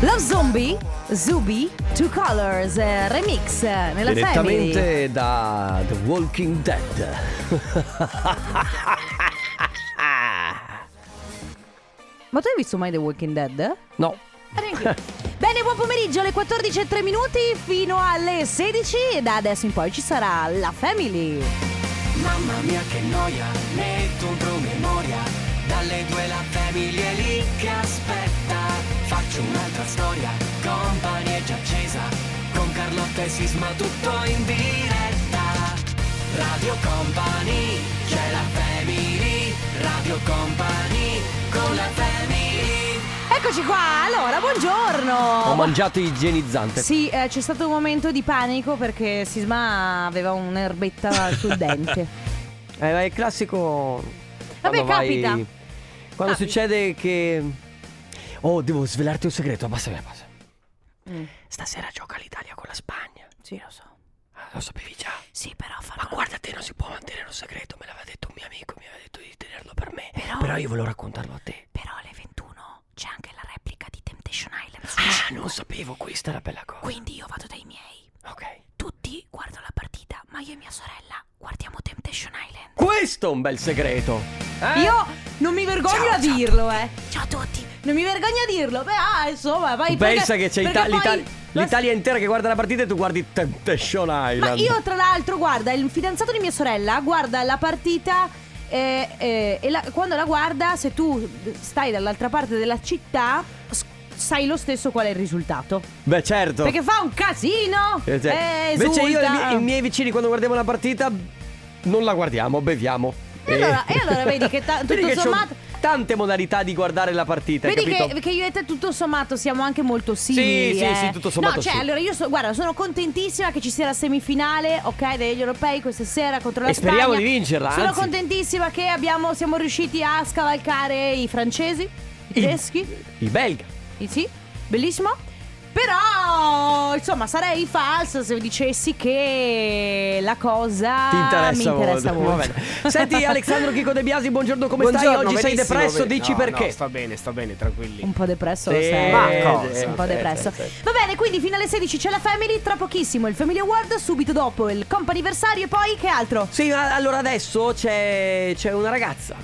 Love Zombie, Zubi, Two Colors, eh, remix eh, nella Direttamente family. da The Walking Dead. Ma tu hai visto mai The Walking Dead? Eh, No. neanche io. Bene, buon pomeriggio alle 14.03 minuti fino alle 16 e da adesso in poi ci sarà la Family. Mamma mia che noia, metto un promemoria Dalle due la famiglia è lì che aspetta Faccio un'altra storia, company è già accesa Con Carlotta e Sisma tutto in diretta Radio Company, c'è la family Radio Company, con la family Eccoci qua, allora, buongiorno. Ho mangiato igienizzante. Oh, Sì, eh, c'è stato un momento di panico perché Sisma aveva un'erbetta sul dente. Eh, ma è il classico. Vabbè, quando vai- capita. Capita. Quando succede che. Oh, devo svelarti un segreto. Basta che basta. Mm. Stasera gioca l'Italia con la Spagna. Sì, lo so. Ah, Lo sapevi già. Sì, però fa Ma guarda, te non si può mantenere un segreto. Me l'aveva detto un mio amico. Mi aveva detto di tenerlo per me. Però, io volevo raccontarlo a te. Però alle 21 c'è anche la replica di Temptation Island. Ah, non sapevo. Questa è la bella cosa. Quindi io vado dai miei. Ok. Tutti guardano la partita, ma io e mia sorella guardiamo Temptation Island. Questo è un bel segreto. Eh? Io non mi vergogno Ciao, a ciao a dirlo, eh. Ciao a tutti! Non mi vergogno a dirlo. Beh, ah, insomma, vai Tu pensa perché- che c'è perché Ita- poi l'Italia, la- l'Italia intera che guarda la partita e tu guardi Temptation Island. Ma io, tra l'altro, guarda, il fidanzato di mia sorella guarda la partita. eh, eh, e la- quando la guarda, se tu stai dall'altra parte della città, s- sai lo stesso qual è il risultato. Beh, certo. Perché fa un casino. Eh, sì. eh, Invece io e i esulta. miei- i miei vicini quando guardiamo la partita non la guardiamo, beviamo. Eh. E allora- e allora vedi che ta- Vedi tutto che c'ho sommato- tante modalità di guardare la partita, hai Vedi Cioè, capito? che, che io e te tutto sommato siamo anche molto simili. Sì, sì, eh. sì, tutto sommato No, cioè, sì. allora io so- guarda, sono contentissima che ci sia la semifinale, ok, degli europei questa sera contro la E speriamo Spagna. di vincerla, Sono anzi. contentissima che abbiamo, siamo riusciti a scavalcare i francesi, i tedeschi, I belga. i sì, bellissimo. Però, insomma, sarei falsa se dicessi che la cosa Ti interessa, Ah, mi interessa molto. Va bene. Senti Alessandro Chico De Biasi, buongiorno, come stai? Buongiorno, Oggi sei benissimo, depresso, ben- dici no, perché? No, sto bene, sto bene, tranquilli. Un po' depresso lo Sì, sei. Ma cosa? Un po' Sì, depresso. sì, sì. Va bene, quindi fino alle 16 c'è la Family, tra pochissimo il Family Award, subito dopo il comp'anniversario e poi che altro? Sì, ma allora adesso c'è, c'è una ragazza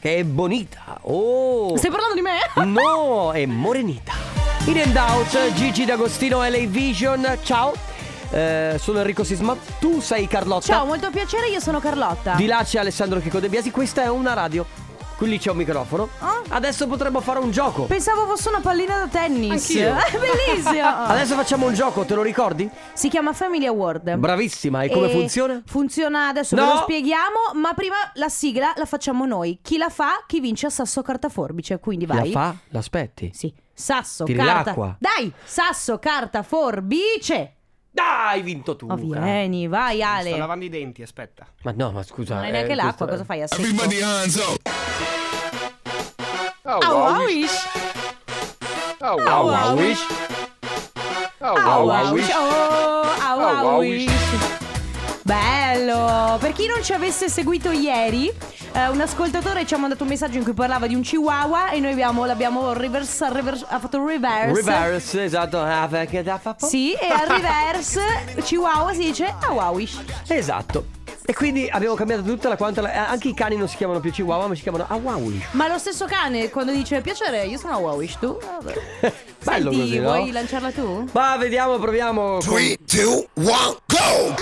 che è bonita. Oh! Stai parlando di me? No, è morenita. In and out, Gigi D'Agostino, LA Vision. Ciao, Eh, sono Enrico Sisma. Tu sei Carlotta. Ciao, molto piacere, io sono Carlotta. Di là c'è Alessandro Chico De Biasi. Questa è una radio. Qui lì c'è un microfono. Ah. Adesso potremmo fare un gioco. Pensavo fosse una pallina da tennis. Anch'io. Eh, Bellissimo. Adesso facciamo un gioco, te lo ricordi? si chiama Family Award. Bravissima, e come E funziona? Funziona adesso, No. ve lo spieghiamo, ma prima la sigla la facciamo noi. Chi la fa, chi vince a sasso carta forbice, quindi vai. La fa, l'aspetti. Sì, sasso, Tiri carta. l'acqua. Dai, sasso, carta, forbice. Dai, hai vinto tu. Ma cara. vieni, vai Ale. Sto Non lavando i denti, aspetta. Ma no, ma scusa. hai eh, neanche questo l'acqua, è- cosa fai a secco? Everybody hands up. Oh, wow, wish. Oh, wow, wish. Oh, wow, wish. Oh, wow, wish. Bello! Per chi non ci avesse seguito ieri, eh, un ascoltatore ci ha mandato un messaggio in cui parlava di un chihuahua e noi abbiamo, l'abbiamo reverse, reverse- ha fatto reverse. Reverse, esatto. Ah, perché da fa- Sì, e al reverse chihuahua si dice ah, wow, wish. Esatto. E quindi abbiamo cambiato tutta la quanta. la- eh, anche i cani non si chiamano più Chihuahua, ma si chiamano Awawi. Ma lo stesso cane quando dice piacere, io sono wow, wish tu. Vabbè. Bello Senti, così, no? vuoi lanciarla tu? Ma vediamo, proviamo. con- Three, two, one, go!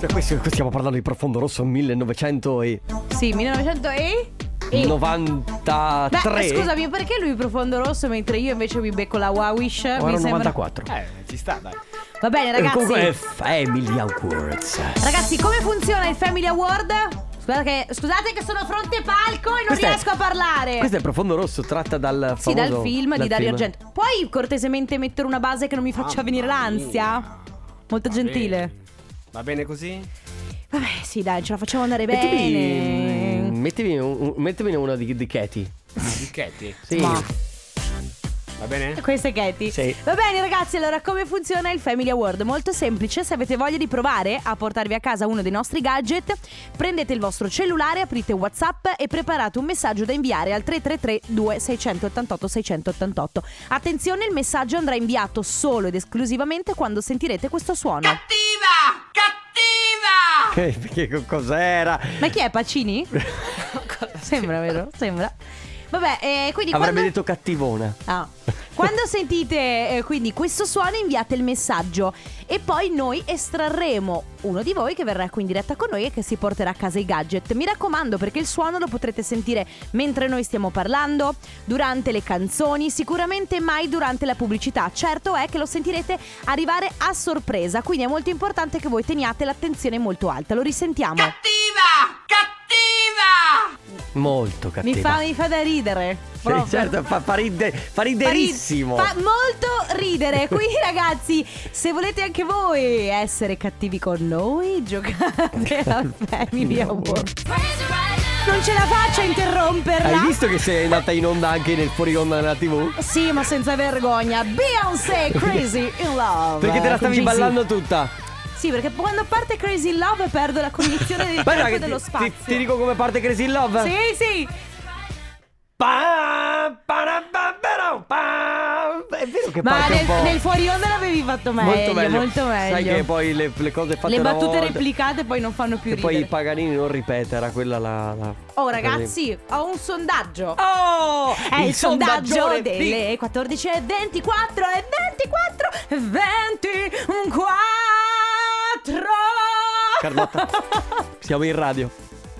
Cioè, questo- qui stiamo parlando di Profondo Rosso 1993. Sì, 1900 e... e- Beh, scusami, perché lui profondo rosso mentre io invece mi becco la Wawish? o era mi sembra... 94. Eh, ci sta, dai. Va bene, ragazzi. Comunque è Family Awards. Ragazzi, come funziona il Family Award? Scusate che, scusate che sono fronte palco e non Questa è- riesco a parlare. Questo è Profondo Rosso, tratta dal famoso Sì, dal film di dal Dario film. Argento. Puoi cortesemente mettere una base che non mi faccia Mamma venire l'ansia? mia. Molto Va gentile. bene. Va bene così? Vabbè, sì, dai, ce la facciamo andare Mettimi, bene. mettimi un- un- mettimene una di, di Katy. Di Katy. Sì. Ma- Va bene? Questa è Katie. Sì. Va bene, ragazzi. Allora, come funziona il Family Award? Molto semplice. Se avete voglia di provare a portarvi a casa uno dei nostri gadget, prendete il vostro cellulare, aprite WhatsApp e preparate un messaggio da inviare al 333-2688-688. Attenzione, il messaggio andrà inviato solo ed esclusivamente quando sentirete questo suono. Che, che co- cos'era? Ma chi è Pacini? Sembra, vero? Sembra. Vabbè, eh, quindi Avrebbe quando... detto cattivona. Ah. Quando sentite eh, quindi questo suono inviate il messaggio e poi noi estrarremo uno di voi che verrà qui in diretta con noi e che si porterà a casa i gadget. Mi raccomando perché il suono lo potrete sentire mentre noi stiamo parlando, durante le canzoni, sicuramente mai durante la pubblicità. Certo è che lo sentirete arrivare a sorpresa, quindi è molto importante che voi teniate l'attenzione molto alta. Lo risentiamo. Molto cattiva. Mi fa, mi fa da ridere. Sì, proprio. certo, fa, fa ride- fa riderissimo. Fa molto ridere. Quindi, ragazzi, se volete anche voi essere cattivi con noi, giocate a Family Award. Non ce la faccio a interromperla. Hai visto che sei andata in onda anche nel fuori onda della TV? Sì, ma senza vergogna. Beyoncé Crazy in Love. Perché te con la stavi Jay-Z. ballando tutta. Sì, perché quando parte Crazy in Love perdo la cognizione del Guarda tempo e che dello ti- spazio. ti, ti dico come parte Crazy in Love. Sì, sì. Pa- para- pa- pero- pa- È vero che Ma parte nel, un po'. nel fuori onda l'avevi fatto meglio. molto meglio. molto meglio. Sai che poi le, le cose fatte Le una battute volta- replicate poi non fanno più Che poi ridere. i Paganini non ripete, era quella la. la- Oh ragazzi, ho un sondaggio. Oh! È il, sondaggio sondaggione delle 14 e 24 e 24 e 24. Carlotta. di- Siamo in radio.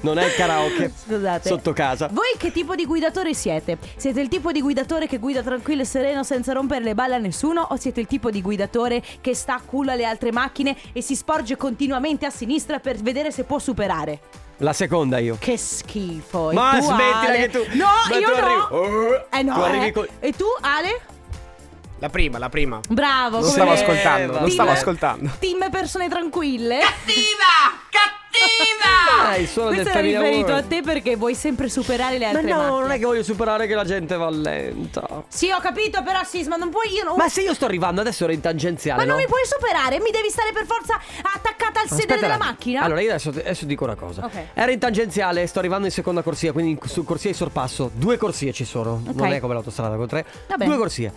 Non è il karaoke. Scusate. Sotto casa. Voi che tipo di guidatore siete? Siete il tipo di guidatore che guida tranquillo e sereno senza rompere le balle a nessuno? O siete il tipo di guidatore che sta a culo alle altre macchine e si sporge continuamente a sinistra per vedere se può superare? La seconda io. Che schifo. E Ma tu, smettila Ale? che tu- No, ma io tu no. arrivi- Oh, Eh no. Tu arrivi eh. con- E tu, Ale? La prima, la prima. Bravo. Non come- stavo ascoltando, non Team- stavo ascoltando. Team persone tranquille. Dai, solo del Questo era Family riferito a Award. te perché vuoi sempre superare le Ma altre Oh. no, macchine. non è che voglio superare che la gente va lenta. Sì, ho capito, però Sisma, non puoi io non... Ma se io sto arrivando adesso ero in tangenziale. Ma non no? mi puoi superare, mi devi stare per forza attaccata al sedere Aspetta, della dai. macchina. Allora, io adesso, adesso dico una cosa. Ok. Era in tangenziale, sto arrivando in seconda corsia, quindi in- su corsia di sorpasso. Due corsie ci sono. Ok. Non è come l'autostrada con tre. Vabbè. Due corsie.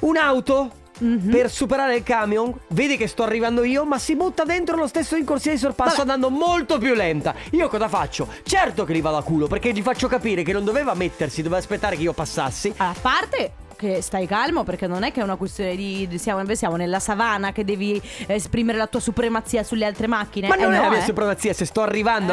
Un'auto Mhm. per superare il camion. Vede che sto arrivando io, ma si butta dentro lo stesso in corsia di sorpasso, Vabbè. andando molto più lenta. Io cosa faccio? Certo che gli vado a culo, perché gli faccio capire che non doveva mettersi, doveva aspettare che io passassi. A parte che stai calmo perché non è che è una questione di di- siamo, siamo nella savana che devi esprimere la tua supremazia sulle altre macchine. Ma Eh, non è no, la mia eh. supremazia, se sto arrivando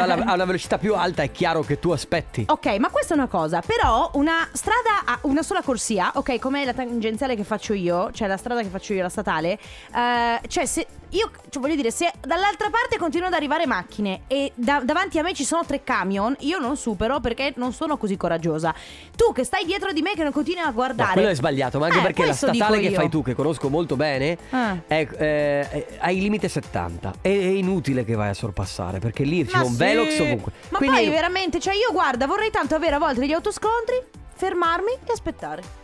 alla- a una velocità più alta è chiaro che tu aspetti. Ok, ma questa è una cosa, però una strada a una sola corsia, ok, come la tangenziale che faccio io, cioè la strada che faccio io, la statale, eh, cioè se io, cioè voglio dire, se dall'altra parte continuano ad arrivare macchine e da- davanti a me ci sono tre camion, io non supero perché non sono così coraggiosa. Tu che stai dietro di me che non continui a No, guardare... quello è sbagliato, ma anche Eh, perché la questo dico statale che io. fai tu, che conosco molto bene, Ah. è, eh, è- ha il limite 70. È, è inutile che vai a sorpassare, perché lì c'è Ma un sì. velox ovunque. Ma Quindi- poi veramente, cioè io guarda, vorrei tanto avere a volte degli autoscontri, fermarmi e aspettare.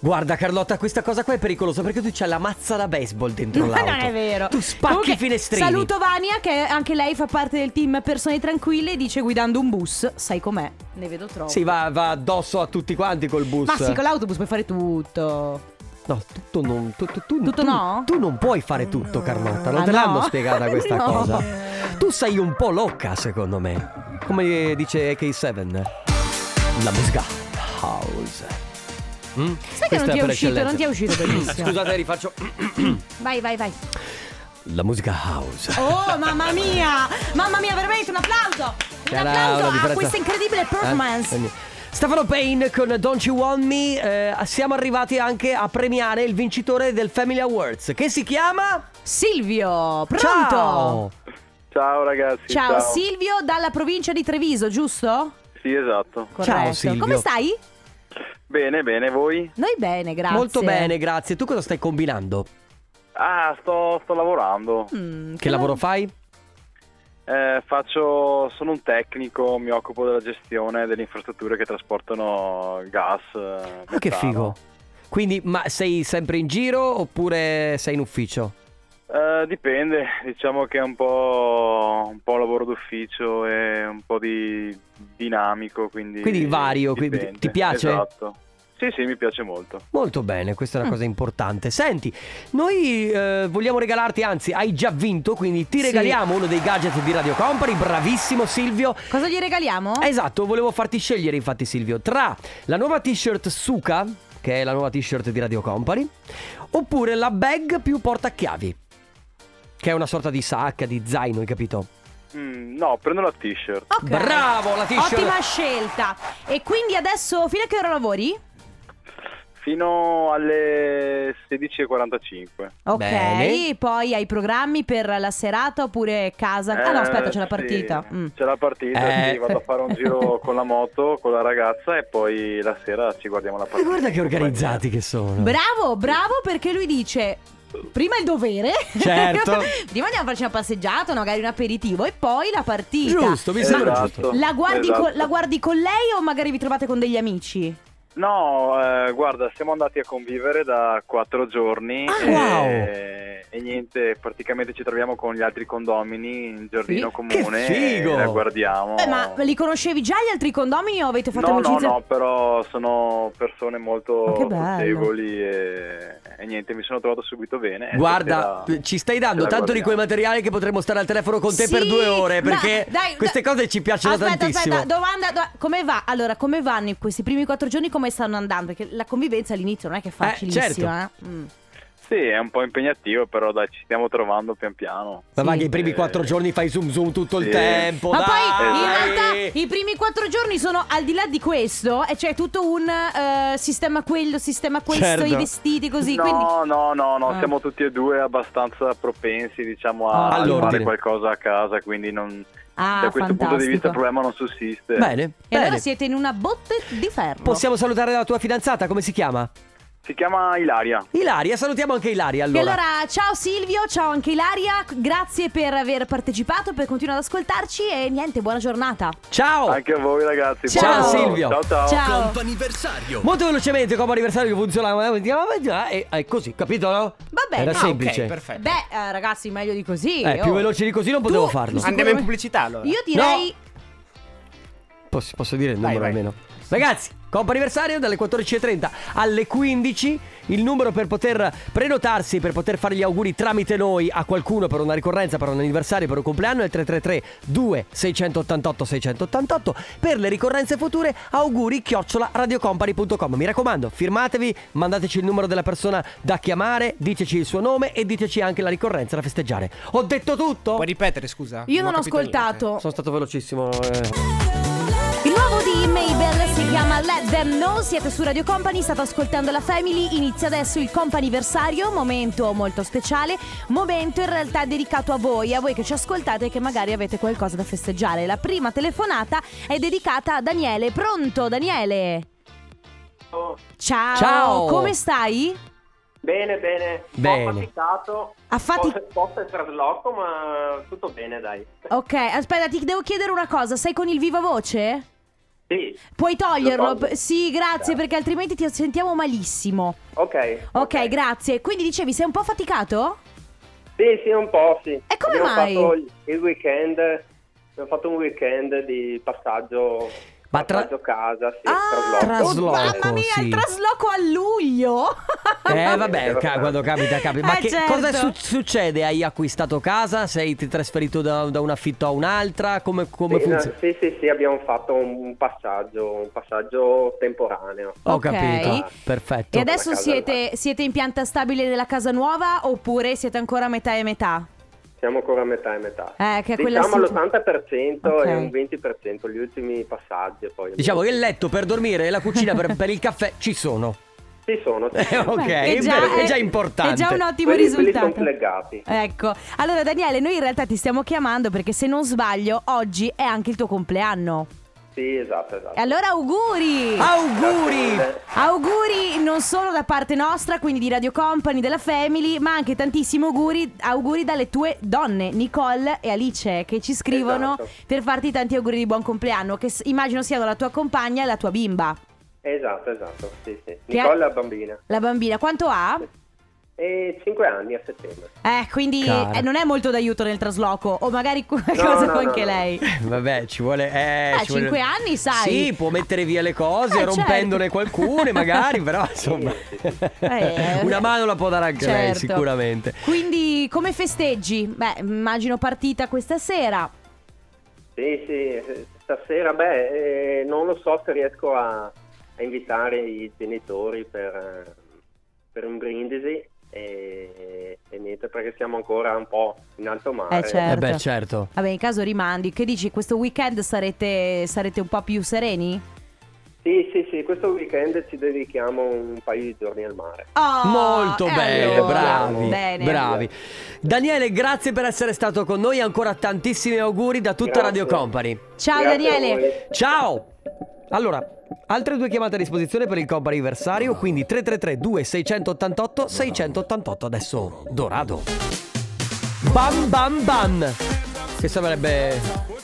Guarda Carlotta, questa cosa qua è pericolosa perché tu c'hai la mazza da baseball dentro Ma l'auto. non è vero. Tu spacchi Comunque, i finestrini. Saluto Vania, che anche lei fa parte del team Persone Tranquille. Dice guidando un bus, sai com'è? Ne vedo troppo. Sì, va, va addosso a tutti quanti col bus. Ma sì, con l'autobus puoi fare tutto. No, tutto non. Tu, tu- tu- Tutto tu- no? Tu non puoi fare tutto, Carlotta. Non Ah, te no? l'hanno spiegata questa No. cosa. Tu sei un po' locca, secondo me. Come dice AK7. La musica house. Mm? Sai Questa che non ti è per uscito, non eccellenza. ti è uscito benissimo. Scusate, rifaccio. Vai, vai, vai. La musica house. Oh, mamma mia! Mamma mia, veramente un applauso! Un Era una applauso a differenza. questa incredibile performance. Eh, eh, Stefano Payne con Don't You Want Me. eh, siamo arrivati anche a premiare il vincitore del Family Awards che si chiama. Silvio, pronto? Ciao! Ciao ragazzi. Ciao, Silvio dalla provincia di Treviso, giusto? Sì, esatto. Corretto. Silvio. Come stai? Bene, bene, voi? Noi bene, grazie. Molto bene, grazie. Tu cosa stai combinando? Ah, sto, sto lavorando. Mm, Che lavoro fai? Eh, faccio, sono un tecnico, mi occupo della gestione delle infrastrutture che trasportano gas. eh, Ah, che metano. figo. Quindi, ma sei sempre in giro oppure sei in ufficio? Eh, dipende, diciamo che è un po', un po' lavoro d'ufficio e un po' di dinamico, quindi... Quindi vario, quindi ti- dipende. ti piace? Esatto. Sì, sì, mi piace molto. Molto bene, questa è Mm. una cosa importante. Senti, noi eh, vogliamo regalarti, anzi, hai già vinto, quindi ti Sì. regaliamo uno dei gadget di Radio Company. Bravissimo Silvio. Cosa gli regaliamo? Esatto, volevo farti scegliere infatti Silvio tra la nuova t-shirt Suka, che è la nuova t-shirt di Radio Company, oppure la bag più portachiavi, che è una sorta di sacca, di zaino, hai capito? Mm, no, prendo la t-shirt. Ok. Bravo, la t-shirt. Ottima scelta. E quindi adesso fino a che ora lavori? Fino alle 16.45. Ok, Bene. poi hai programmi per la serata oppure casa? Ah no, Eh, aspetta, c'è la sì, partita. Mm. C'è la partita, Eh. sì, vado a fare un giro con la moto, con la ragazza e poi la sera ci guardiamo la E partita. Eh, guarda che organizzati che sono. Bravo, bravo perché lui dice prima il dovere. Certo. prima andiamo a farci una passeggiata, magari un aperitivo e poi la partita. giusto, mi sembra Esatto. giusto. La guardi, con, Esatto. la guardi con lei o magari vi trovate con degli amici? No, eh, guarda, siamo andati a convivere da quattro giorni Ah, e, wow. e niente, praticamente ci troviamo con gli altri condomini in giardino Sì. comune Che figo. e la guardiamo. Beh, ma li conoscevi già gli altri condomini o avete fatto No, no, amicizia? no, però sono persone Ma che molto bello. socievoli e, e niente, mi sono trovato subito bene. e Guarda, stasera ci stai dando ce la tanto di quel guardiamo. materiale che potremmo stare al telefono con te Sì, per due ore ma- perché dai, queste dai. cose ci piacciono aspetta, tantissimo. Aspetta, domanda, do- come va? Allora, come vanno in questi primi quattro giorni? Come stanno andando? Perché la convivenza all'inizio non è che è facilissima. certo. eh. Mm. Sì, è un po' impegnativo, però dai, ci stiamo trovando pian piano. Ma va Sì. che i primi Eh, quattro giorni fai zoom zoom tutto il sì. tempo. Ma poi in dai! realtà i primi quattro giorni sono al di là di questo, e c'è tutto un eh, sistema quello, sistema questo, Certo. i vestiti così. no, quindi... no, no, no, Ah. siamo tutti e due abbastanza propensi, diciamo, a All'ordine. fare qualcosa a casa, quindi non, Ah, da questo punto di fantastico. vista il problema non sussiste. Bene, E bene. allora siete in una botte di ferro. Possiamo salutare la tua fidanzata, come si chiama? Si chiama Ilaria. Ilaria, salutiamo anche Ilaria E allora. allora, ciao Silvio, ciao anche Ilaria, grazie per aver partecipato, per continuare ad ascoltarci e niente, buona giornata. Ciao! Anche a voi ragazzi. Ciao. Buon lavoro. Oh. Silvio. Ciao ciao. Ciao. Comp'anniversario. Molto velocemente, come anniversario che funziona. eh, E è così, capito? No? Va bene. Era Ah, semplice. ok, perfetto. Beh, eh, ragazzi, meglio di così. oh. Eh, più veloce di così non potevo Tu- farlo. sicuramente- Andiamo in pubblicità allora. Io direi Posso, posso dire il numero vai. almeno? Ragazzi, compa anniversario dalle 14.30 alle 15. Il numero per poter prenotarsi, per poter fare gli auguri tramite noi a qualcuno per una ricorrenza, per un anniversario, per un compleanno è il 333-2688-688. Per le ricorrenze future, auguri chiocciola radiocompany.com. Mi raccomando, firmatevi, mandateci il numero della persona da chiamare, diteci il suo nome e diteci anche la ricorrenza da festeggiare. Ho detto tutto? Puoi ripetere, scusa? Io non ho capito niente. ascoltato. Sono stato velocissimo. eh. Il nuovo di Mabel si chiama Let Them Know, siete su Radio Company, state ascoltando la Family, inizia adesso il comp'anniversario, momento molto speciale, momento in realtà dedicato a voi, a voi che ci ascoltate e che magari avete qualcosa da festeggiare. La prima telefonata è dedicata a Daniele, pronto Daniele? Ciao, Ciao. come stai? Bene, bene. Bene. Ho faticato. Affati- Un po' per trasloco, ma tutto bene, dai. Ok, aspetta, ti devo chiedere una cosa, sei con il viva voce? Sì, Puoi toglierlo? Lo tolgo. Sì, grazie, perché altrimenti ti sentiamo malissimo. ok. Ok, grazie. Quindi dicevi, sei un po' faticato? Sì, sì, un po', sì. E come abbiamo mai? Fatto il- il weekend, abbiamo fatto un weekend di passaggio, Ma tra- passaggio casa, sì, Ah, trasloco. Trasloco, mamma mia, sì. il trasloco a luglio. Eh vabbè, ca- quando capita, capita. Ma Eh, che certo. cosa su- succede? Hai acquistato casa? Sei ti trasferito da, da un affitto a un'altra? Come, come Sì, no, funziona? sì, sì, sì, abbiamo fatto un passaggio, un passaggio temporaneo. Ho Ok. capito, perfetto. E adesso Alla casa siete, siete in pianta stabile nella casa nuova oppure siete ancora a metà e metà? Siamo ancora a metà e metà. Eh, che è quella diciamo situ- all'80% Ok. e un 20% gli ultimi passaggi. e Poi Diciamo che il letto per dormire e la cucina per, per il caffè ci sono. Sì, sono. Eh, ok, Beh, è, già, è già importante. È già un ottimo Quelli- quelli risultato. sono collegati. Ecco, allora Daniele, noi in realtà ti stiamo chiamando perché se non sbaglio oggi è anche il tuo compleanno. Sì, esatto, esatto. E allora auguri! Auguri! Grazie mille. Auguri non solo da parte nostra, quindi di Radio Company, della Family, ma anche tantissimi auguri, auguri dalle tue donne, Nicole e Alice, che ci scrivono Esatto. per farti tanti auguri di buon compleanno, che s- immagino siano la tua compagna e la tua bimba. Esatto, esatto, sì, sì. Che ha- Nicola bambina. La bambina quanto ha? E 5 anni a settembre. Eh, quindi Cara. eh, non è molto d'aiuto nel trasloco. O magari qualcosa no, può no, anche no. lei. Vabbè, ci vuole. Eh, Eh, ci vuole- cinque anni, sai. Sì, può mettere via le cose, Eh, rompendone certo. qualcune, magari, però insomma. Eh, Una mano la può dare anche lei, certo. sicuramente. Quindi come festeggi? Beh, immagino partita questa sera. Sì, sì, stasera, beh, eh, non lo so se riesco a, a invitare i genitori per, eh, per un brindisi e, e niente, perché siamo ancora un po' in alto mare. Eh, certo. Eh beh, certo. Vabbè, in caso rimandi, che dici? Questo weekend sarete, sarete un po' più sereni? Sì, sì, sì, questo weekend ci dedichiamo un paio di giorni al mare. Oh, Molto eh, bene, allora, bravi, bene. bravi. Daniele, grazie per essere stato con noi. Ancora tantissimi auguri da tutta Grazie. Radio Company. Ciao Grazie a Daniele. voi. Ciao! Allora, altre due chiamate a disposizione per il compa anniversario, quindi 333-2688-688 adesso Dorado. Bam bam bam! Che sarebbe...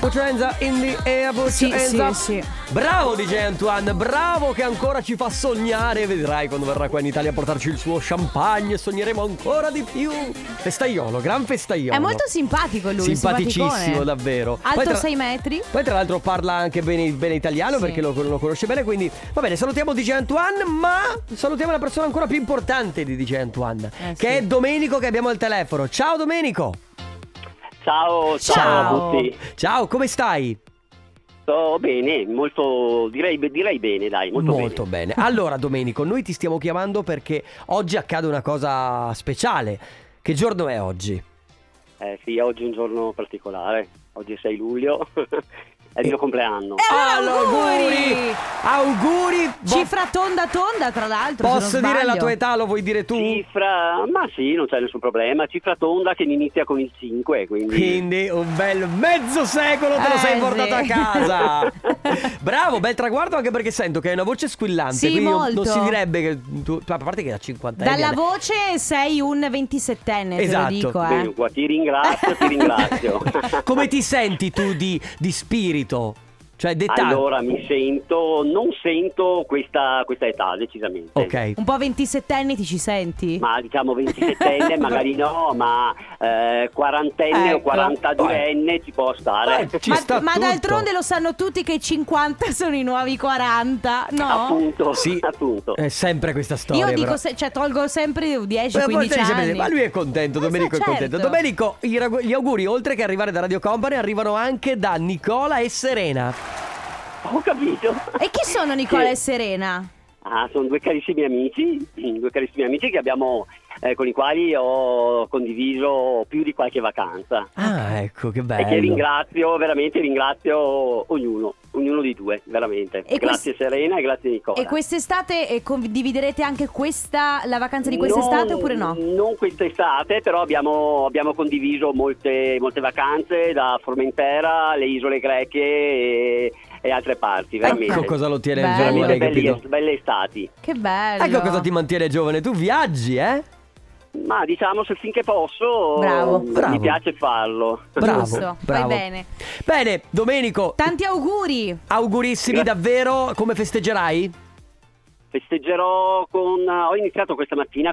Pocenza in the air, Sì, Pocenza. sì, sì. Bravo DJ Antoine, bravo che ancora ci fa sognare. Vedrai quando verrà qua in Italia a portarci il suo champagne, sogneremo ancora di più. Festaiolo, gran festaiolo. È molto simpatico lui, Simpaticissimo, simpaticone. davvero. Poi Alto tra- 6 metri. poi tra l'altro parla anche bene, bene italiano Sì. perché lo, lo conosce bene, quindi va bene, salutiamo DJ Antoine, ma salutiamo la persona ancora più importante di DJ Antoine, Eh, che sì. è Domenico che abbiamo al telefono. Ciao Domenico! Ciao, ciao, Ciao. a tutti. Ciao, come stai? Sto bene, molto, direi, direi bene, dai, molto, bene. bene. Allora Domenico, noi ti stiamo chiamando perché oggi accade una cosa speciale. Che giorno è oggi? Eh sì, oggi è un giorno particolare, oggi è 6 luglio, è il mio compleanno. E allora auguri! auguri! Auguri! Vo- Cifra tonda tonda, tra l'altro. se Posso non dire la sbaglio. tua età, lo vuoi dire tu? Cifra, ma sì, non c'è nessun problema, cifra tonda che inizia con il 5, quindi... Quindi un bel mezzo secolo te lo Eh, sei sì. portato a casa. Bravo, bel traguardo anche perché sento che hai una voce squillante. Sì, quindi non- molto. non si direbbe che tu, a parte che da 50 anni. Dalla voce sei un 27enne, Eh, Esatto. te lo dico, eh. Bene, qua ti ringrazio, ti ringrazio. Come ti senti tu di, di spirito? Cioè, d'età. Allora, mi sento, non sento questa, questa età, decisamente. Ok. Un po' 27enne ti ci senti? Ma diciamo 27enne magari no, ma eh, quarantenne Ecco. o 42enne ci può stare. Eh, ci Ma, sta ma tutto. d'altronde lo sanno tutti che i 50 sono i nuovi 40, no? Appunto, Sì. appunto. Eh. È sempre questa storia. Io dico, però. se- cioè, tolgo sempre Ma 10-15 poi sempre- anni. Ma lui è contento, Eh, Domenico sì, è contento. certo. Domenico, i ragu- gli auguri, oltre che arrivare da Radio Company, arrivano anche da Nicola e Serena. Ho capito. E chi sono Nicola Sì. e Serena? Ah, sono due carissimi amici, due carissimi amici che abbiamo, eh, con i quali ho condiviso più di qualche vacanza. Ah, ecco, che bello. E che ringrazio, veramente ringrazio ognuno, ognuno dei due, veramente. E grazie quest- Serena e grazie Nicola. E quest'estate eh, condividerete anche questa, la vacanza di quest'estate Non- oppure no? Non quest'estate, però abbiamo, abbiamo condiviso molte, molte vacanze da Formentera, le isole greche e, e altre parti, veramente. Ecco cosa lo tiene Bello. Eh, Sono giovane, due hai belle, capito? belle estati. Che bello. Ecco cosa ti mantiene giovane, tu viaggi, eh? Ma diciamo se finché posso Bravo. mi Bravo. piace farlo. Bravo, Giusto, bravo. vai bene. Bene, Domenico, Tanti auguri. augurissimi Grazie. davvero, come festeggerai? Festeggerò con ho iniziato questa mattina a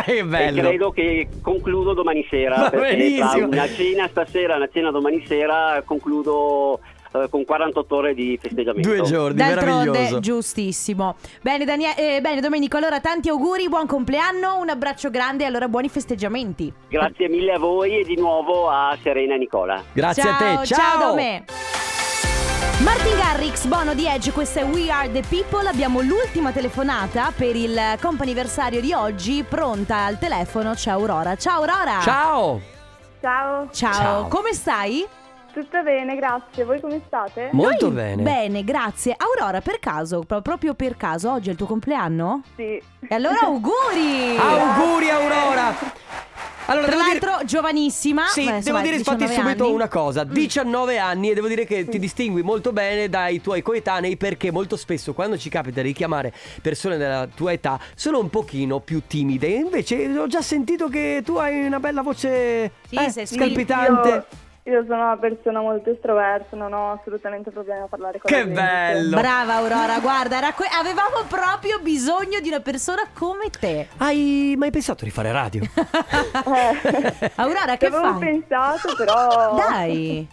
Che bello. e credo che concludo domani sera Va perché benissimo. tra una cena stasera e una cena domani sera concludo eh, con 48 ore di festeggiamento. Due giorni, meraviglioso. D'altronde, giustissimo. Bene, Danie- eh, bene, Domenico, allora tanti auguri, buon compleanno, un abbraccio grande e allora buoni festeggiamenti. Grazie mille a voi e di nuovo a Serena e Nicola. Grazie a te, ciao! Ciao da me. Martin Garrix, Bono di Edge, questa è We Are The People, abbiamo l'ultima telefonata per il comp'anniversario di oggi, pronta al telefono, c'è Aurora. Ciao Aurora! Ciao! Ciao, Ciao. Ciao. come stai? tutto bene, grazie. Voi come state? Molto Noi- bene. Bene, grazie. Aurora, per caso, pro- proprio per caso, oggi è il tuo compleanno? Sì. E allora auguri! Auguri Aurora! Allora, Tra devo dire- l'altro, giovanissima. Sì, eh, devo insomma, dire infatti 19 subito anni. Mm. una cosa, 19 anni e devo dire che ti distingui molto bene dai tuoi coetanei perché molto spesso quando ci capita di chiamare persone della tua età sono un pochino più timide, invece ho già sentito che tu hai una bella voce Sì, eh, sei- sì, scalpitante. Io Io sono una persona molto estroversa, non ho assolutamente problemi a parlare con la Che gente. bello! Brava Aurora, guarda, era que- avevamo proprio bisogno di una persona come te. Hai mai pensato di fare radio? Eh, Aurora, Ci che avevo fai? Ah, pensato, Oh. però... Dai.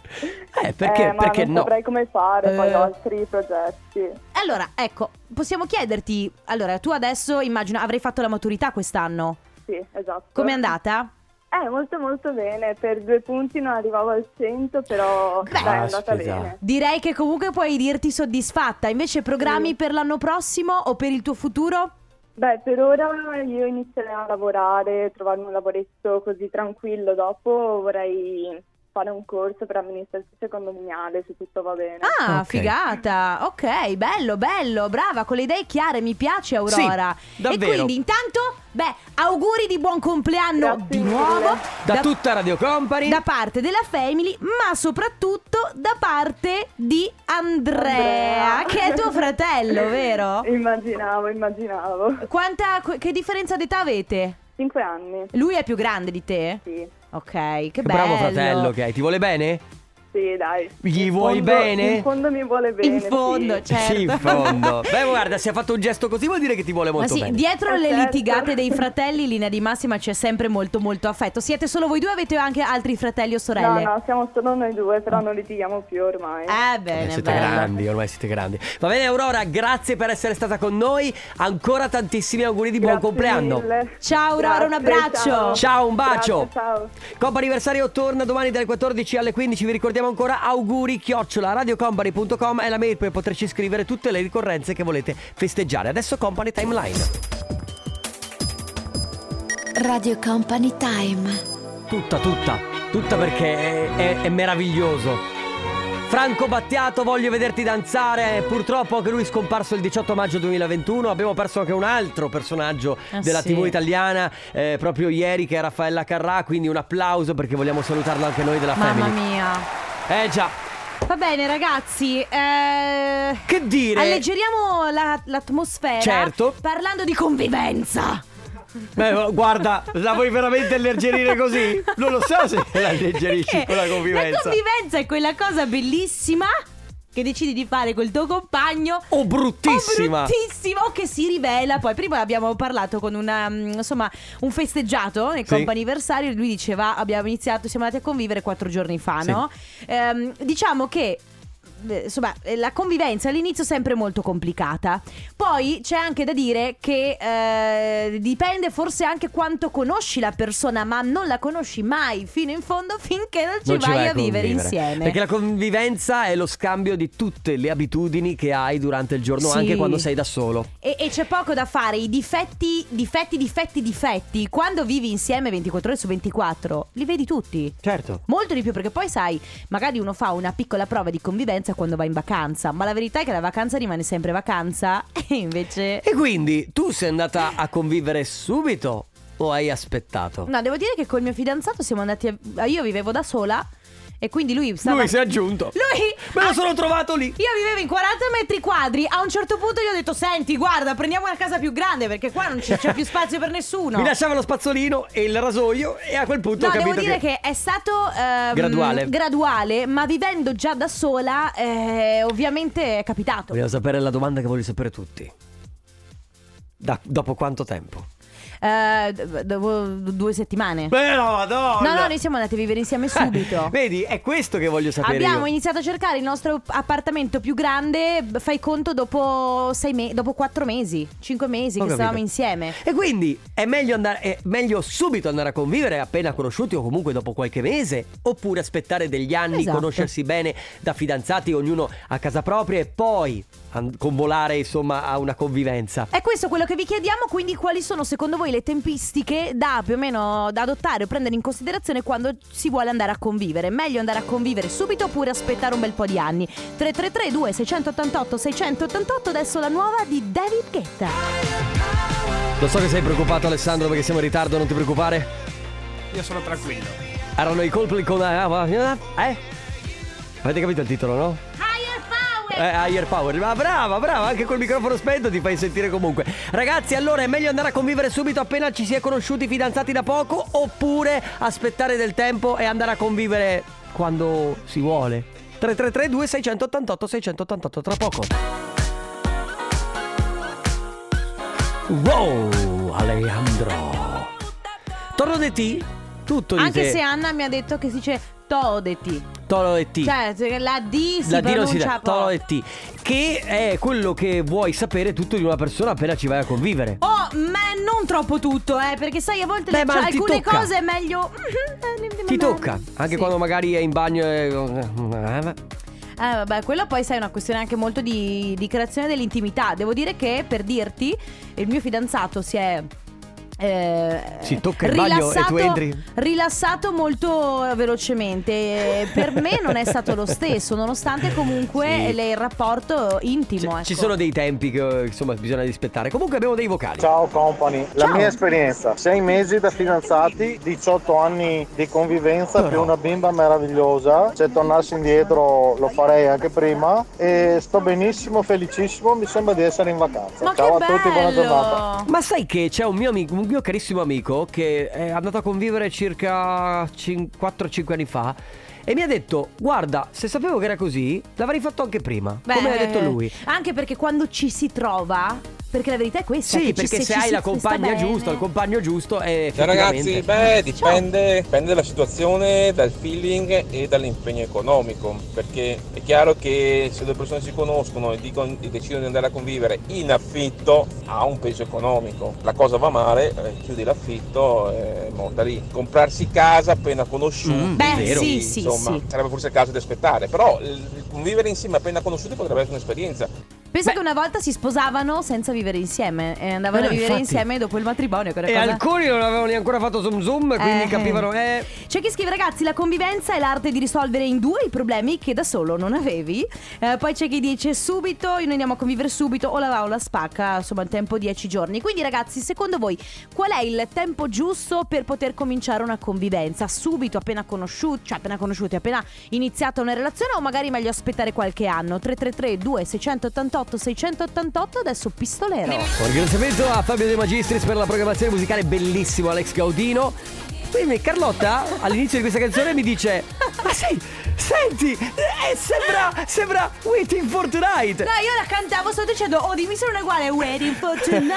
Eh, perché, Eh, ma perché non no? saprei come fare, poi Eh. ho altri progetti. Allora, ecco, possiamo chiederti, allora tu adesso immagino avrai fatto la maturità quest'anno. Sì, esatto. Com'è andata? Eh, molto molto bene. Per due punti non arrivavo al 100, però dai, è andata Caspita. bene. Direi che comunque puoi dirti soddisfatta. Invece programmi Sì. per l'anno prossimo o per il tuo futuro? Beh, per ora io inizierei a lavorare, trovarmi un lavoretto così tranquillo. Dopo vorrei fare un corso per amministratrice condominiale, se tutto va bene. Ah, Ok. figata. Ok, bello, bello, brava, con le idee chiare, mi piace Aurora. Sì, e davvero. quindi intanto, beh, auguri di buon compleanno Grazie di mille. nuovo Da, tutta Radio Company? da parte della Family, ma soprattutto da parte di Andrea, che è tuo fratello, vero? Immaginavo, immaginavo. Quanta, qu- che differenza d'età avete? Cinque anni, Lui è più grande di te? sì. Ok, che, Che bello. bravo fratello che hai, ti vuole bene? Sì, dai. Gli In vuoi fondo- bene? In fondo mi vuole bene. In fondo, sì. certo. Sì, in fondo. Beh, guarda, se ha fatto un gesto così vuol dire che ti vuole Ma molto sì, bene. dietro Eh, le certo. litigate dei fratelli, in linea di massima c'è sempre molto molto affetto. Siete solo voi due o avete anche altri fratelli o No, sorelle? no, siamo solo noi due, però non litighiamo più ormai. Eh Ormai bene, siete bello. grandi, ormai siete grandi. Va bene Aurora, grazie per essere stata con noi. Ancora tantissimi auguri di buon Grazie compleanno. mille. Ciao, Aurora, un abbraccio. ciao. Ciao, un bacio. Grazie, ciao. Coppa anniversario torna domani dalle 14 alle 15. Vi ricordiamo ancora auguri chiocciola radiocompany.com è la mail per poterci scrivere tutte le ricorrenze che volete festeggiare. Adesso Company Timeline. Radio Company Time. Tutta, tutta, tutta perché è, è- è meraviglioso. Franco Battiato, voglio vederti danzare. Purtroppo anche lui è scomparso il 18 maggio 2021. Abbiamo perso anche un altro personaggio Ah, della sì. TV italiana eh, proprio ieri, che è Raffaella Carrà. Quindi un applauso perché vogliamo salutarlo anche noi della Mamma Family. mia. Eh già, Va bene ragazzi, eh, che dire? alleggeriamo la- l'atmosfera Certo. parlando di convivenza. Beh, guarda, la vuoi veramente alleggerire così? Non lo so se la alleggerisci Perché con la La convivenza. convivenza è quella cosa bellissima che decidi di fare col tuo compagno O Oh, O bruttissima. Oh, bruttissima, o che si rivela poi. Prima abbiamo parlato con una, mm, insomma, un festeggiato nel Sì. comp'anniversario e Lui diceva: Abbiamo iniziato, siamo andati a convivere quattro giorni fa, Sì. no? Ehm, diciamo che. eh, Insomma, eh, la convivenza all'inizio è sempre molto complicata. Poi c'è anche da dire che eh, dipende forse anche quanto conosci la persona, ma non la conosci mai fino in fondo finché non ci Non vai vai a vivere convivere. insieme. Perché la convivenza è lo scambio di tutte le abitudini che hai durante il giorno, Sì. anche quando sei da solo. E, e c'è poco da fare, i difetti, difetti, difetti, difetti, quando vivi insieme 24 ore su 24, li vedi tutti. Certo. Molto di più perché poi sai, magari uno fa una piccola prova di convivenza quando va in vacanza, ma la verità è che la vacanza rimane sempre vacanza e invece... E quindi tu sei andata a convivere subito o hai aspettato? No, devo dire che col mio fidanzato siamo andati... A... Io vivevo da sola e quindi lui stava... Lui si è aggiunto. Lui... Me Ah, lo sono trovato lì. Io vivevo in 40 metri quadri, a un certo punto gli ho detto senti guarda prendiamo una casa più grande perché qua non Cioè, c'è, c'è più spazio per nessuno. Mi lasciava lo spazzolino e il rasoio e a quel punto No, ho capito devo dire che... è stato ehm, Graduale. graduale, ma vivendo già da sola, eh, ovviamente è capitato. Vogliamo sapere la domanda che voglio sapere tutti. Da- dopo quanto tempo? Eh, d- dopo due settimane. Beh, no, madonna! No, no, noi siamo andati a vivere insieme subito. Vedi, è questo che voglio sapere Abbiamo io. iniziato a cercare il nostro appartamento più grande, b- fai conto, dopo, sei me- dopo quattro mesi, cinque mesi Ho che capito. stavamo insieme. E quindi è meglio, andare, è meglio subito andare a convivere appena conosciuti o comunque dopo qualche mese, oppure aspettare degli anni, Esatto. conoscersi bene da fidanzati, ognuno a casa propria e poi an- convolare insomma a una convivenza. È questo quello che vi chiediamo, quindi quali sono secondo voi le tempistiche da più o meno da adottare o prendere in considerazione quando si vuole andare a convivere? Meglio andare a convivere subito oppure aspettare un bel po' di anni? 333 2688 688 adesso la nuova di David Guetta. Lo so che sei preoccupato Alessandro perché siamo in ritardo, non ti preoccupare. Io sono tranquillo. Erano i colpi con... Eh? Avete capito il titolo, no? Higher power! Eh, higher power. Ma brava, brava, anche col microfono spento ti fai sentire comunque. Ragazzi, allora è meglio andare a convivere subito appena ci si è conosciuti, fidanzati da poco, oppure aspettare del tempo e andare a convivere quando si vuole. 333 2688 688 tra poco. Wow, Alejandro. Torno di ti, tutto di Anche te. se Anna mi ha detto che si dice Todeti. Toro e ti. Cioè, se la D si La D non si pronuncia dà, poco. Toro e T, che è quello che vuoi sapere tutto di una persona appena ci vai a convivere. Oh, ma non troppo tutto, eh, perché sai, a volte Beh, le- ma cioè, ti alcune tocca. cose è meglio. Eh, vabbè. Ti tocca, anche Sì. quando magari è in bagno e... eh, ma- Eh, vabbè, quella poi sai è una questione anche molto di, di creazione dell'intimità. Devo dire che, per dirti, il mio fidanzato si è. eh, Si tocca il bagno e tu rilassato- entri? Rilassato molto velocemente. Per me non è stato lo stesso, nonostante comunque Sì. le- il rapporto intimo. Cioè, Ci ecco. sono dei tempi che insomma bisogna rispettare. Comunque abbiamo dei vocali. Ciao company, la Ciao. mia esperienza, 6 mesi da fidanzati, 18 anni di convivenza più una bimba meravigliosa, se tornassi indietro lo farei anche prima e sto benissimo, felicissimo, mi sembra di essere in vacanza. Ma Ciao che a tutti, buona bello! giornata. Ma sai che c'è un mio, amico, un mio carissimo amico che è andato a convivere circa 4-5 anni fa e mi ha detto, guarda, se sapevo che era così, l'avrei fatto anche prima, Beh, come ha detto lui. Anche perché quando ci si trova, perché la verità è questa. Sì, che ci- perché se, ci hai si la sta compagna bene- giusta, il compagno giusto è Ciao ragazzi, effettivamente- beh dipende, dipende dalla situazione, dal feeling e dall'impegno economico, perché è chiaro che se due persone si conoscono e, dicono- e decidono di andare a convivere in affitto ha un peso economico, la cosa va male, eh, chiudi l'affitto e monta lì. Comprarsi casa appena conosciuti, Mm, Beh, vero. sì, sì, insomma, sì. sarebbe forse il caso di aspettare, però il- convivere insieme appena conosciuti potrebbe essere un'esperienza. Pensa che una volta si sposavano senza vivere insieme. E andavano Eh no, a vivere infatti. insieme dopo il matrimonio. che era E cosa- alcuni non avevano neanche ancora fatto zoom zoom, quindi Eh. capivano, eh, C'è chi scrive, ragazzi, la convivenza è l'arte di risolvere in due i problemi che da solo non avevi. Eh, poi c'è chi dice subito, noi andiamo a convivere subito, o la va o la spacca, insomma, il tempo 10 giorni. Quindi, ragazzi, secondo voi qual è il tempo giusto per poter cominciare una convivenza? Subito, appena conosciuti, cioè appena conosciuti, appena iniziata una relazione, o magari meglio aspettare qualche anno? 333 2688 688 adesso pistolero. Ringraziamento a Fabio De Magistris per la programmazione musicale bellissimo Alex Gaudino. Quindi Carlotta all'inizio di questa canzone mi dice Ma sei, senti, eh, sembra, sembra Waiting for Tonight No, io la cantavo, sto dicendo, oh dimmi se non è uguale, waiting for tonight.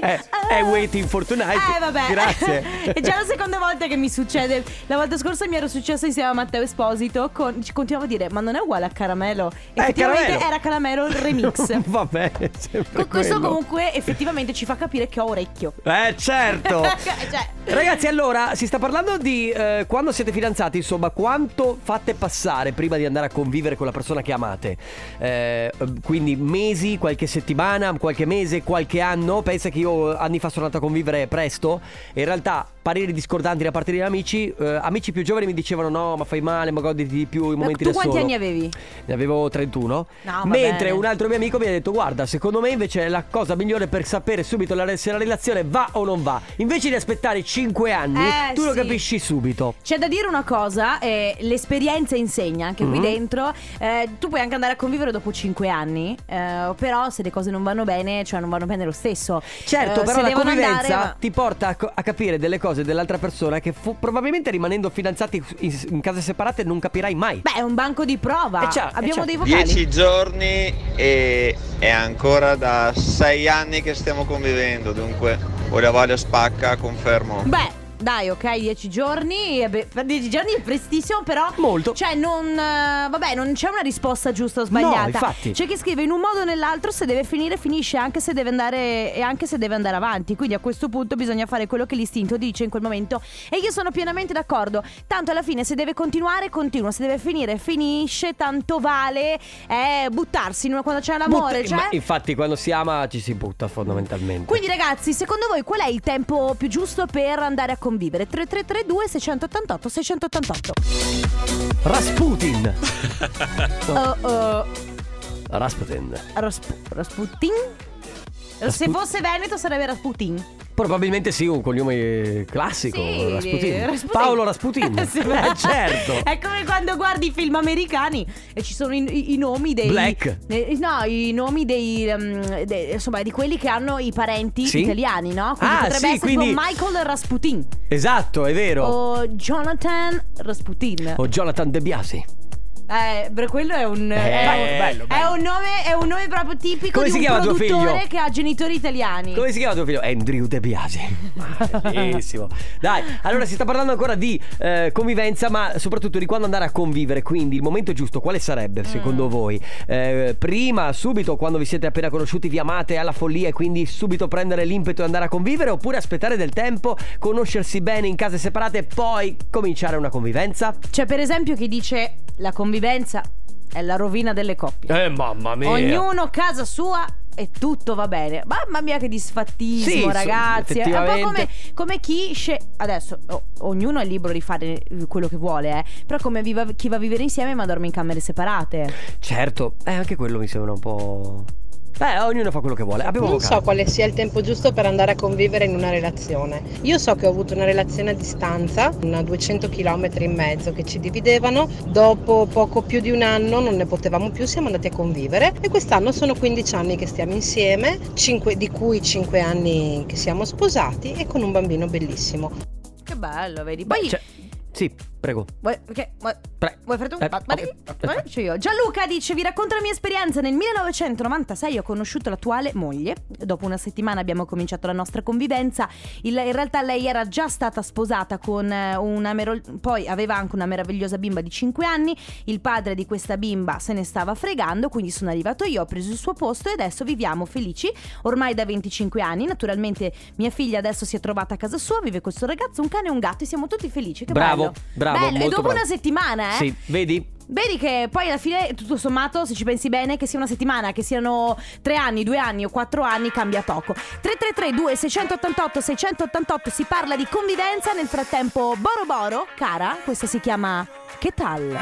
Eh, eh, È Oh. Waiting for Tonight Eh vabbè Grazie È già la seconda volta che mi succede La volta scorsa mi era successo insieme a Matteo Esposito con... ci Continuavo a dire Ma non è uguale a Eh, Caramello Effettivamente Caramello. era Caramello il remix Vabbè è sempre Con questo quello. comunque effettivamente ci fa capire che ho orecchio Eh certo Cioè Ragazzi, allora si sta parlando di eh, quando siete fidanzati, insomma, quanto fate passare prima di andare a convivere con la persona che amate. Eh, quindi mesi, qualche settimana, qualche mese, qualche anno. Pensa che io anni fa sono andato a convivere presto. E in realtà pareri discordanti da parte degli amici. eh, amici più giovani mi dicevano: no, ma fai male, ma goditi di più i Ma momenti tu da solo. quanti anni avevi? Ne avevo 31. No, va Mentre bene. un altro mio amico mi ha detto: Guarda, secondo me invece la cosa migliore per sapere subito la- se la relazione va o non va. Invece di aspettare 5 anni, Eh, tu lo sì. capisci subito. C'è da dire una cosa, eh, l'esperienza insegna anche qui Mhm. dentro. Eh, tu puoi anche andare a convivere dopo 5 anni, eh, però se le cose non vanno bene, cioè non vanno bene lo stesso. Certo, Eh, però se la devono convivenza andare, ma- ti porta a, co- a capire delle cose dell'altra persona che fu- probabilmente rimanendo fidanzati in, in case separate non capirai mai. Beh, è un banco di prova. Eh, ciao, eh, Abbiamo ciao. dei vocali. 10 giorni e è ancora da 6 anni che stiamo convivendo, dunque ora vale spacca, confermo. Beh, dai, ok, 10 giorni. eh, beh, per 10 giorni è prestissimo, però. Molto. Cioè, non. eh, vabbè, non c'è una risposta giusta o sbagliata. infatti. C'è chi scrive in un modo o nell'altro, se deve finire, finisce, anche se deve andare. E anche se deve andare avanti. Quindi a questo punto bisogna fare quello che l'istinto dice in quel momento. E io sono pienamente d'accordo. Tanto alla fine, se deve continuare, continua. Se deve finire, finisce. Tanto vale eh, buttarsi in una, quando c'è l'amore. Butta- cioè... ma infatti, quando si ama ci si butta fondamentalmente. Quindi ragazzi, secondo voi qual è il tempo più giusto per andare a convivere? 3332 688 688. Rasputin. Oh, oh, Rasputin. Rasp- Rasputin? Se fosse Veneto sarebbe Rasputin. Probabilmente sì, un cognome classico. Sì, eh, Rasputin. Rasputin. Paolo Rasputin. Sì. Eh, certo. È come quando guardi i film americani e ci sono i, i- i nomi dei. Black. eh, no, i nomi dei, ehm, de- Insomma, di quelli che hanno i parenti Sì. italiani, no? Quindi Ah, potrebbe sì, essere quindi- tipo Michael Rasputin. Esatto, è vero. O Jonathan Rasputin. O Jonathan De Biasi. Eh, per quello è un. Eh, è, un bello, è un nome, è un nome proprio tipico Come di si un chiama tuo produttore figlio? che ha genitori italiani. Come si chiama tuo figlio? Andrew De Biasi. Bellissimo. Dai, allora si sta parlando ancora di eh, convivenza, ma soprattutto di quando andare a convivere. Quindi il momento giusto, quale sarebbe secondo Mm. voi? Eh, prima, subito, quando vi siete appena conosciuti, vi amate alla follia e quindi subito prendere l'impeto e andare a convivere? Oppure aspettare del tempo, conoscersi bene in case separate e poi cominciare una convivenza? C'è Cioè, per esempio chi dice la convivenza è la rovina delle coppie. Eh, mamma mia. Ognuno casa sua e tutto va bene. Mamma mia che disfattismo, Sì, so- ragazzi. È un po' come, effettivamente. come chi sce- adesso o- ognuno è libero di fare quello che vuole, eh. Però come viva- chi va a vivere insieme ma dorme in camere separate. Certo, eh, anche quello mi sembra un po'. Beh, ognuno fa quello che vuole. Abbiamo Non so vocato. quale sia il tempo giusto per andare a convivere in una relazione. Io so che ho avuto una relazione a distanza, una 200 km e mezzo che ci dividevano. Dopo poco più di un anno non ne potevamo più, siamo andati a convivere e quest'anno sono 15 anni che stiamo insieme, cinque- di cui 5 anni che siamo sposati e con un bambino bellissimo. Che bello, vedi? Poi Cioè, sì, prego. Vuoi, perché- vuoi- Pre- vuoi fare tu? Eh, Ma- ma- ma- faccio io. Gianluca dice: Vi racconto la mia esperienza. Nel 1996 ho conosciuto l'attuale moglie. Dopo una settimana abbiamo cominciato la nostra convivenza. Il- in realtà lei era già stata sposata con eh, una. mero- poi aveva anche una meravigliosa bimba di 5 anni. Il padre di questa bimba se ne stava fregando, quindi sono arrivato io, ho preso il suo posto e adesso viviamo felici ormai da 25 anni. Naturalmente mia figlia adesso si è trovata a casa sua, vive con questo ragazzo, un cane e un gatto e siamo tutti felici. Che bravo, bello. bravo. Bello, e molto dopo bravo. una settimana, eh? Sì, vedi? Vedi che poi alla fine, tutto sommato, se ci pensi bene, che sia una settimana, che siano tre anni, due anni o quattro anni, cambia poco. 333-2688-688 si parla di convivenza. Nel frattempo, Boro Boro, cara, questa si chiama Che tal?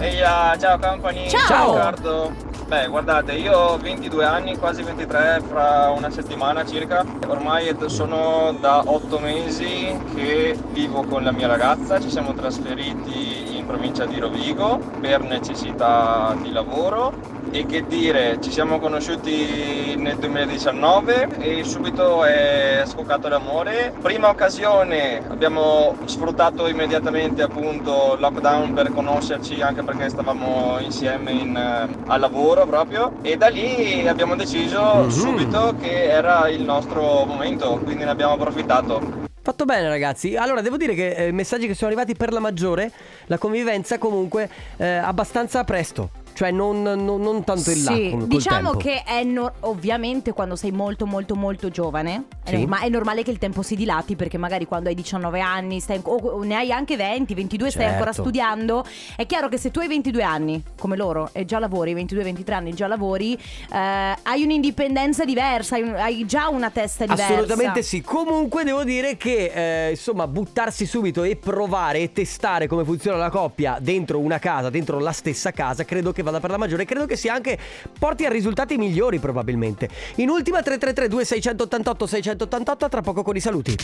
Ehi, ah, ciao company, Ciao. Riccardo. Beh, guardate, io ho 22 anni, quasi 23, fra una settimana circa. Ormai sono da 8 mesi che vivo con la mia ragazza, ci siamo trasferiti in provincia di Rovigo per necessità di lavoro e che dire, ci siamo conosciuti nel 2019 e subito è scoccato l'amore. Prima occasione, abbiamo sfruttato immediatamente appunto il lockdown per conoscerci anche perché stavamo insieme in, eh, al lavoro proprio e da lì abbiamo deciso subito che era il nostro momento, quindi ne abbiamo approfittato. Fatto bene ragazzi, allora devo dire che eh, messaggi che sono arrivati per la maggiore, la convivenza comunque eh, abbastanza presto, cioè non, non- non tanto in là Sì, con- col diciamo tempo. che è no- ovviamente quando sei molto molto molto giovane, è Sì. norma- è normale che il tempo si dilati perché magari quando hai 19 anni stai, o- o ne hai anche 20, 22 stai Certo. ancora studiando, è chiaro che se tu hai 22 anni come loro e già lavori, 22-23 anni già lavori, eh, hai un'indipendenza diversa, hai, un- hai già una testa diversa. Assolutamente sì, comunque devo dire che eh, insomma buttarsi subito e provare e testare come funziona la coppia dentro una casa, dentro la stessa casa, credo che vada per la maggiore, credo che sia anche porti a risultati migliori probabilmente. In ultima 333 688 688 tra poco con i saluti.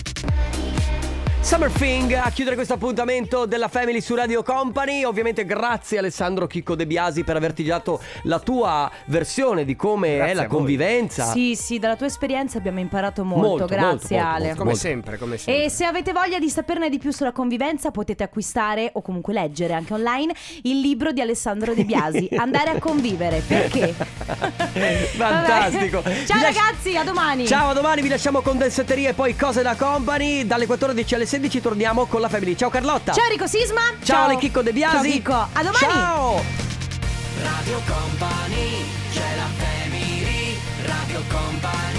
Summer Thing a chiudere questo appuntamento della Family su Radio Company. Ovviamente grazie Alessandro Chicco De Biasi per averti dato la tua versione di come è la convivenza. Sì, sì, dalla tua esperienza abbiamo imparato molto, Molto, molto, grazie molto, Ale. molto, Come sempre, Eh, come sempre. E se avete voglia di saperne di più sulla convivenza potete acquistare o comunque leggere anche online il libro di Alessandro De Biasi, Andare a convivere, perché? Fantastico. Vabbè. Ciao Vi lascio- ragazzi, a domani. Ciao, a domani vi lasciamo con Densetteria e poi Cose da Company. Dalle 14 alle 16 torniamo con la Family. Ciao Carlotta. Ciao Enrico Sisma. Ciao, Ale Chicco De Biasi. Ciao Chicco, a domani. Ciao. Radio Company, c'è la family, Radio Company